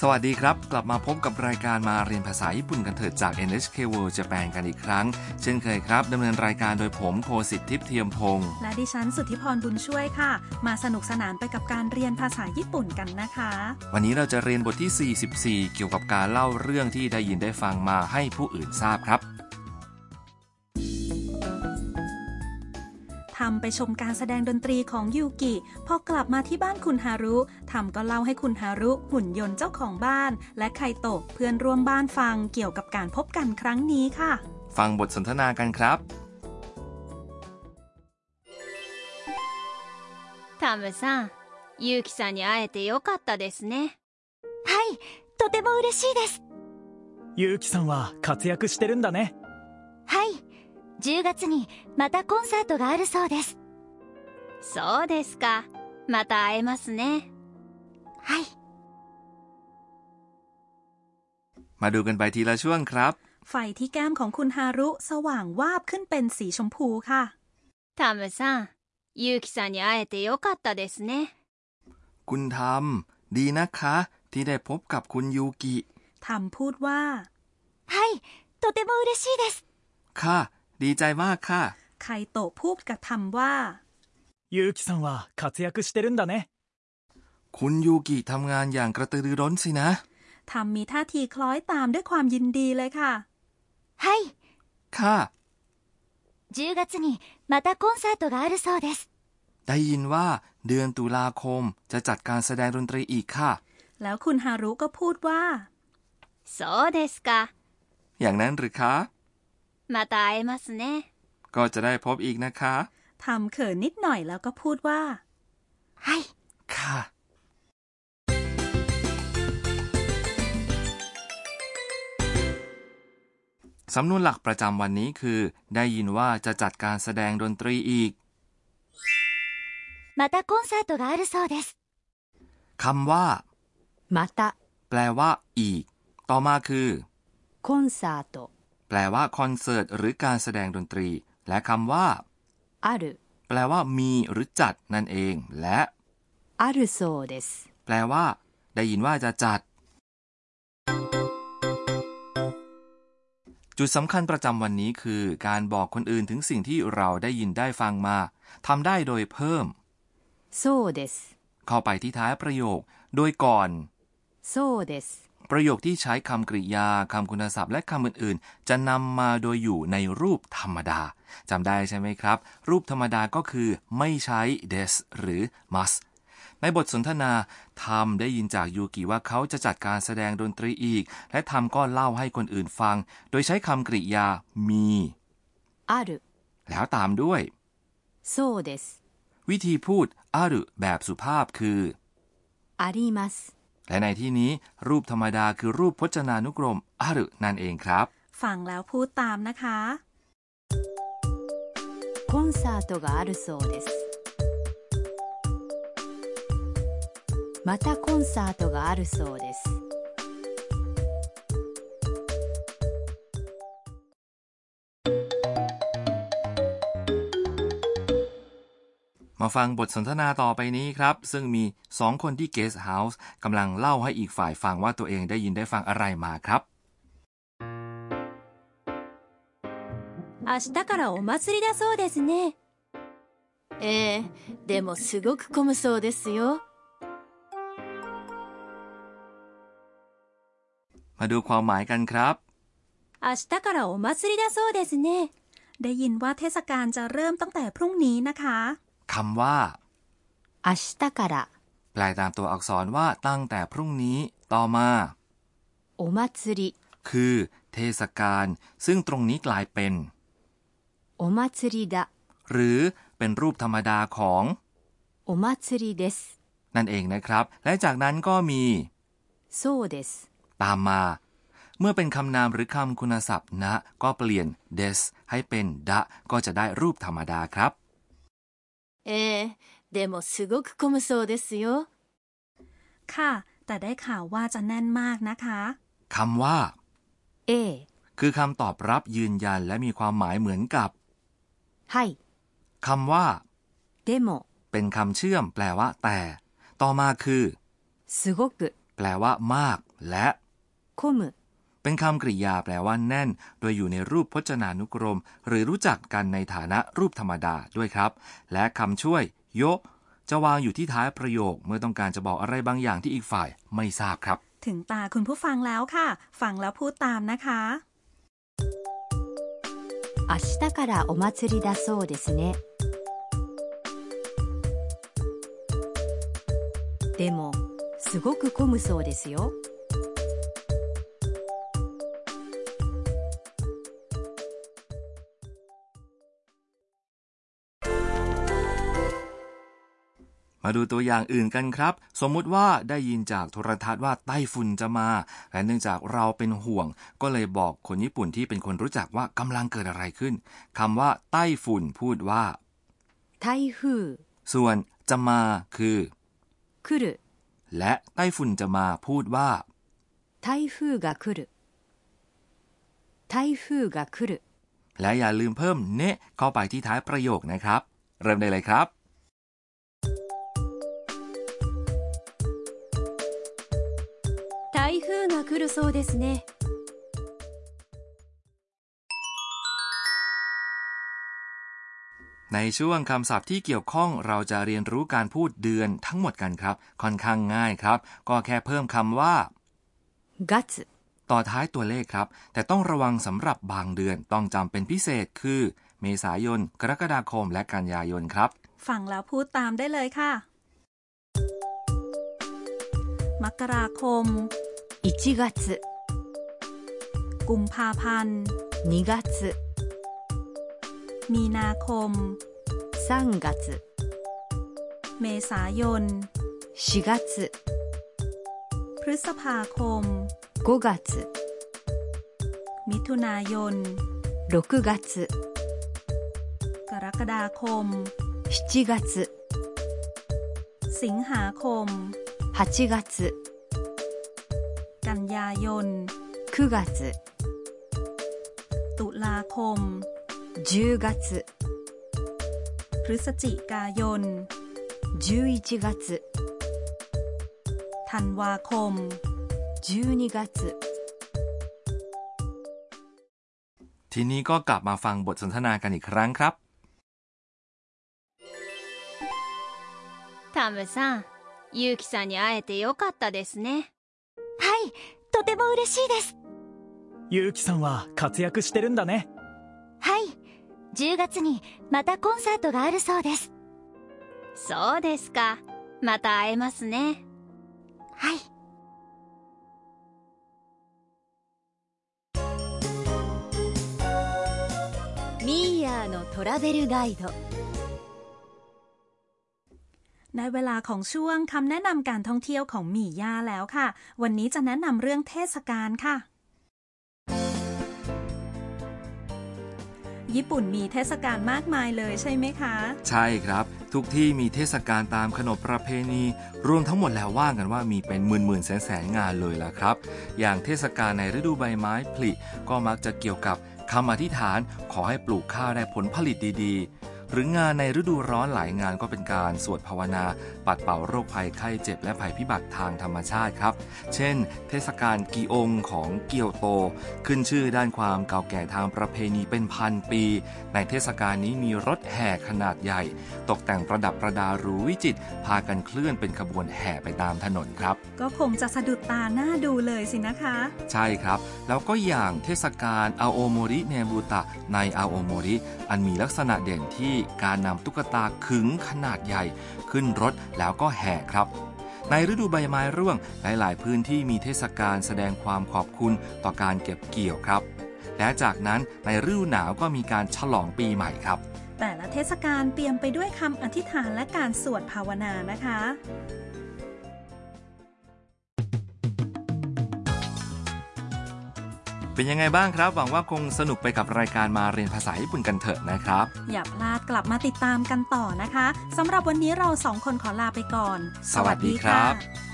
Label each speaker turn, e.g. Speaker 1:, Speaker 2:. Speaker 1: สวัสดีครับ กลับมาพบกับรายการมาเรียนภาษาญี่ปุ่นกันเถิดจาก NHK World Japan กันอีกครั้ง เช่นเคยครับดำเนินรายการโดยผมโคสิทธิ์ทิพย์เทียมพงศ์
Speaker 2: และดิฉันสุทธิพรบุญช่วยค่ะ มาสนุกสนานไปกับการเรียนภาษาญี่ปุ่นกันนะคะ
Speaker 1: วันนี้เราจะเรียนบทที่ 44 เกี่ยวกับการเล่าเรื่องที่ได้ยินได้ฟังมาให้ผู้อื่นทราบครับ
Speaker 2: ทำไปชมการแสดงดนตรีของยูกิ พอกลับมาที่บ้านคุณฮารุทำก็เล่าให้คุณฮารุหุ่นยนต์เจ้าของบ้าน และไคโตะเพื่อนร่วมบ้านฟังเกี่ยวกับการพบกันครั้งนี้ค่ะ
Speaker 1: ฟังบทสนทนากันครับ
Speaker 3: タムさん、ユウキさんに会えてよかったですね。
Speaker 4: はい、とても嬉しいです。
Speaker 5: ゆうきさんは活躍してるんだね
Speaker 4: はい、10月にまたコンサートがあるそうです。
Speaker 3: そうですか。また会えますね。
Speaker 4: はい、
Speaker 1: มาดูกันไปทีละช่วงครับ
Speaker 2: ไฟที่แก้มของคุณฮารุสว่างวาบขึ้นเป็นสีชมพูค่ะ
Speaker 3: タムさん、ユウキさんに会えてよかったですね。
Speaker 1: คุณทำดีนะคะ ที่ได้พบกับคุณยูกิ
Speaker 2: ทำพูดว่า
Speaker 4: はい、とても嬉しいです。
Speaker 1: ค่ะ ดีใจมากค่ะ
Speaker 2: ไคโตะพูดกับทำว่า
Speaker 5: ゆうきさんは活躍してるんだね
Speaker 1: คุณยูกิทำงานอย่างกระตือรือร้นสินะ
Speaker 2: ทำมีท่าทีคล้อยตามด้วยความยินดีเลยค่ะ
Speaker 4: はい、
Speaker 1: ค่ะ
Speaker 4: 10月にまたコンサートがあるそうです。
Speaker 1: ได้ยินว่าเดือนตุลาคมจะจัดการแสดงดนตรีอีกค่ะ
Speaker 2: แล้วคุณฮารุก็พูดว่า
Speaker 3: そうですか。
Speaker 1: อย่างนั้นหรือคะ
Speaker 3: また会えますね。
Speaker 1: ก็จะได้พบอีกนะคะ
Speaker 2: ทำเขินนิดหน่อยแล้วก็พูดว่า
Speaker 4: はい、
Speaker 1: ค่ะ สำนวนหลักประจำวันนี้คือ ได้ยินว่าจะจัดการแสดงดนตรีอีก
Speaker 4: またコンサートがあるそうです。
Speaker 1: คำว่า
Speaker 6: また
Speaker 1: แปลว่า อีก ต่อมาคือ
Speaker 6: コンサート
Speaker 1: แปลว่าคอนเสิร์ตหรือการแสดงดนตรี และคำว่า
Speaker 6: ある
Speaker 1: แปลว่ามีหรือจัดนั่นเอง และ
Speaker 6: あるそうです
Speaker 1: แปลว่า ได้ยินว่าจะจัด จุดสำคัญประจำวันนี้คือ การบอกคนอื่นถึงสิ่งที่เราได้ยินได้ฟังมาทำได้โดยเพิ่ม
Speaker 6: そうです
Speaker 1: เข้าไปที่ท้ายประโยค โดยก่อน
Speaker 6: そうです
Speaker 1: ประโยคที่ใช้คำกริยาคำคุณศัพท์และคำอื่นๆ จะนำมาโดยอยู่ในรูปธรรมดาจำได้ใช่ไหมครับ รูปธรรมดาก็คือ ไม่ใช้ des หรือ must ในบทสนทนาทำได้ยินจากยูกิว่าเขาจะจัดการแสดงดนตรีอีก และทำก็เล่าให้คนอื่นฟัง โดยใช้คำกริยามี
Speaker 6: ある
Speaker 1: แล้วตามด้วย
Speaker 6: そうです
Speaker 1: วิธีพูดอารุแบบสุภาพคือ
Speaker 6: あります
Speaker 1: และในที่นี้ รูปธรรมดาคือรูปพจนานุกรมอารุนั่นเองครับ
Speaker 2: ฟังแล้วพูดตามนะคะ
Speaker 6: コンサートがあるそうですまたコンサートがあるそうです
Speaker 1: มาฟังบทสนทนาต่อไปนี้ครับ ซึ่งมีสองคนที่เกสเฮาส์กำลังเล่าให้อีกฝ่ายฟังว่าตัวเองได้ยินได้ฟังอะไรมาครับ
Speaker 2: 明日からお祭りだそうですね
Speaker 7: ええでもすごく混むそうですよ
Speaker 1: มาดูความหมายกันครับ
Speaker 2: 明日からお祭りだそうですねได้ยินว่าเทศกาลจะเริ่มตั้งแต่พรุ่งนี้นะคะ
Speaker 1: คำว่า
Speaker 6: 明日から
Speaker 1: แปลตามตัวอักษรว่าตั้งแต่พรุ่งนี้ ต่อมา
Speaker 6: お祭り
Speaker 1: คือ เทศกาลซึ่งตรงนี้กลายเป็น
Speaker 6: お祭りだ
Speaker 1: หรือเป็นรูปธรรมดาของ
Speaker 6: お祭りです
Speaker 1: นั่นเองนะครับ และจากนั้นก็มี
Speaker 6: そうです
Speaker 1: ตามมา เมื่อเป็นคำนามหรือคำคุณศัพท์นะ ก็เปลี่ยน des ให้เป็นดะก็จะได้รูปธรรมดาครับ
Speaker 7: ええでもすごく混むそうですよ
Speaker 2: ค่ะ แต่ได้ข่าวว่าจะแน่นมากนะคะ
Speaker 1: คำว่า
Speaker 6: ええ
Speaker 1: คือคำตอบรับยืนยันและมีความหมายเหมือนกับ
Speaker 6: はい
Speaker 1: คำว่า
Speaker 6: でも
Speaker 1: เป็นคำเชื่อม แปลว่า แต่ ต่อมาคือ
Speaker 6: すごく
Speaker 1: แปลว่ามาก และ
Speaker 6: 混む、
Speaker 1: เป็นคำกริยาแปลว่าแน่น โดยอยู่ในรูปพจนานุกรม หรือรู้จักกันในฐานะรูปธรรมดาด้วยครับ และคำช่วย โยจะวางอยู่ที่ท้ายประโยค เมื่อต้องการจะบอกอะไรบางอย่างที่อีกฝ่ายไม่ทราบครับ
Speaker 2: ถึงตาคุณผู้ฟังแล้วค่ะ ฟังแล้วพูดตามนะคะ
Speaker 6: 明日からお祭りだそうですね。でも、すごく混むそうですよ。
Speaker 1: มาดูตัวอย่างอื่นกันครับ สมมุติว่าได้ยินจากโทรทัศน์ว่าไต้ฝุ่นจะมา และเนื่องจากเราเป็นห่วง ก็เลยบอกคนญี่ปุ่นที่เป็นคนรู้จักว่ากำลังเกิดอะไรขึ้นคำว่า ไต้ฝุ่นพูดว่า
Speaker 6: 台風、
Speaker 1: ส่วนจะมาคือ
Speaker 6: 来る、
Speaker 1: และไต้ฝุ่นจะมาพูดว่า
Speaker 6: 台風が来る。台風が来る。
Speaker 1: และอย่าลืมเพิ่มเนะเข้าไปที่ท้ายประโยคนะครับ เริ่มได้เลยครับ
Speaker 7: 台風が来るそうですね
Speaker 1: ในช่วงคำศัพท์ที่เกี่ยวข้องเราจะเรียนรู้การพูดเดือนทั้งหมดกันครับ ค่อนข้างง่ายครับ ก็แค่เพิ่มคำว่า
Speaker 6: 月、
Speaker 1: ต่อท้ายตัวเลขครับ แต่ต้องระวังสำหรับบางเดือนต้องจำเป็นพิเศษคือ เมษายน กรกฎาคม และกันยายนครับ
Speaker 2: ฟังแล้วพูดตามได้เลยค่ะ มกราคม
Speaker 6: 1月、
Speaker 2: กุมภาพันธ์
Speaker 6: 2月、
Speaker 2: มีนาคม
Speaker 6: 3月、
Speaker 2: เมษายน
Speaker 6: 4月、
Speaker 2: พฤษภาคม
Speaker 6: 5月、
Speaker 2: มิถุนายน
Speaker 6: 6月、
Speaker 2: กรกฎาคม
Speaker 6: 7月、
Speaker 2: สิงหาคม
Speaker 6: 8月、
Speaker 2: กันยายน
Speaker 6: 9月、
Speaker 2: ตุลาคม
Speaker 6: 10月、
Speaker 2: พฤศจิกายน
Speaker 6: 11月、
Speaker 2: ธันวาคม
Speaker 6: 12月、
Speaker 1: ทีนี้ก็กลับมาฟังบทสนทนากันอีกครั้งครับ
Speaker 3: タムさんユウキさんに会えてよかったですね
Speaker 4: はいとても嬉しいです
Speaker 5: ゆうきさんは活躍してるんだね
Speaker 4: はい10月にまたコンサートがあるそうです
Speaker 3: そうですかまた会えますね
Speaker 4: はい「ミーヤーのトラベルガイド」
Speaker 2: ในเวลาของช่วงคำแนะนำการท่องเที่ยวของหมี่ย่าแล้วค่ะ วันนี้จะแนะนำเรื่องเทศกาลค่ะ ญี่ปุ่นมีเทศกาลมากมายเลยใช่ไหมคะ
Speaker 1: ใช่ครับ ทุกที่มีเทศกาลตามขนบประเพณี รวมทั้งหมดแล้วว่ากันว่ามีเป็นหมื่นหมื่นแสนแสนงานเลยละครับ อย่างเทศกาลในฤดูใบไม้ผลิก็มักจะเกี่ยวกับคำอธิษฐานขอให้ปลูกข้าวได้ผลผลิตดีๆ หรืองานในฤดูร้อนหลายงานก็เป็นการสวดภาวนา ปัดเป่าโรคภัยไข้เจ็บและภัยพิบัติทางธรรมชาติครับ เช่น เทศกาลกีองของเกียวโต ขึ้นชื่อด้านความเก่าแก่ทางประเพณีเป็นพันปี ในเทศกาลนี้มีรถแห่ขนาดใหญ่ ตกแต่งประดับประดาหรูวิจิตรพากันเคลื่อนเป็นขบวนแห่ไปตามถนนครับ
Speaker 2: ก็คงจะสะดุดตาหน้าดูเลยสินะคะ
Speaker 1: ใช่ครับ แล้วก็อย่างเทศกาลอาโอโมริเนบูตะในอาโอโมริอันมีลักษณะเด่นที่การนำตุ๊กตาขึงขนาดใหญ่ ขึ้นรถแล้วก็แห่ครับ ในฤดูใบไม้ร่วง หลายๆ พื้นที่มีเทศกาลแสดงความขอบคุณต่อการเก็บเกี่ยวครับ และจากนั้นในฤดูหนาวก็มีการฉลองปีใหม่ครับ
Speaker 2: แต่ละเทศกาลเปี่ยมไปด้วยคำอธิษฐานและการสวดภาวนานะคะ
Speaker 1: เป็นยังไงบ้างครับ หวังว่าคงสนุกไปกับรายการมาเรียนภาษาญี่ปุ่นกันเถอะนะครับ
Speaker 2: อย่าพลาดกลับมาติดตามกันต่อนะคะสำหรับวันนี้เราสองคนขอลาไปก่อน
Speaker 1: สวัสดีครับ
Speaker 2: ะ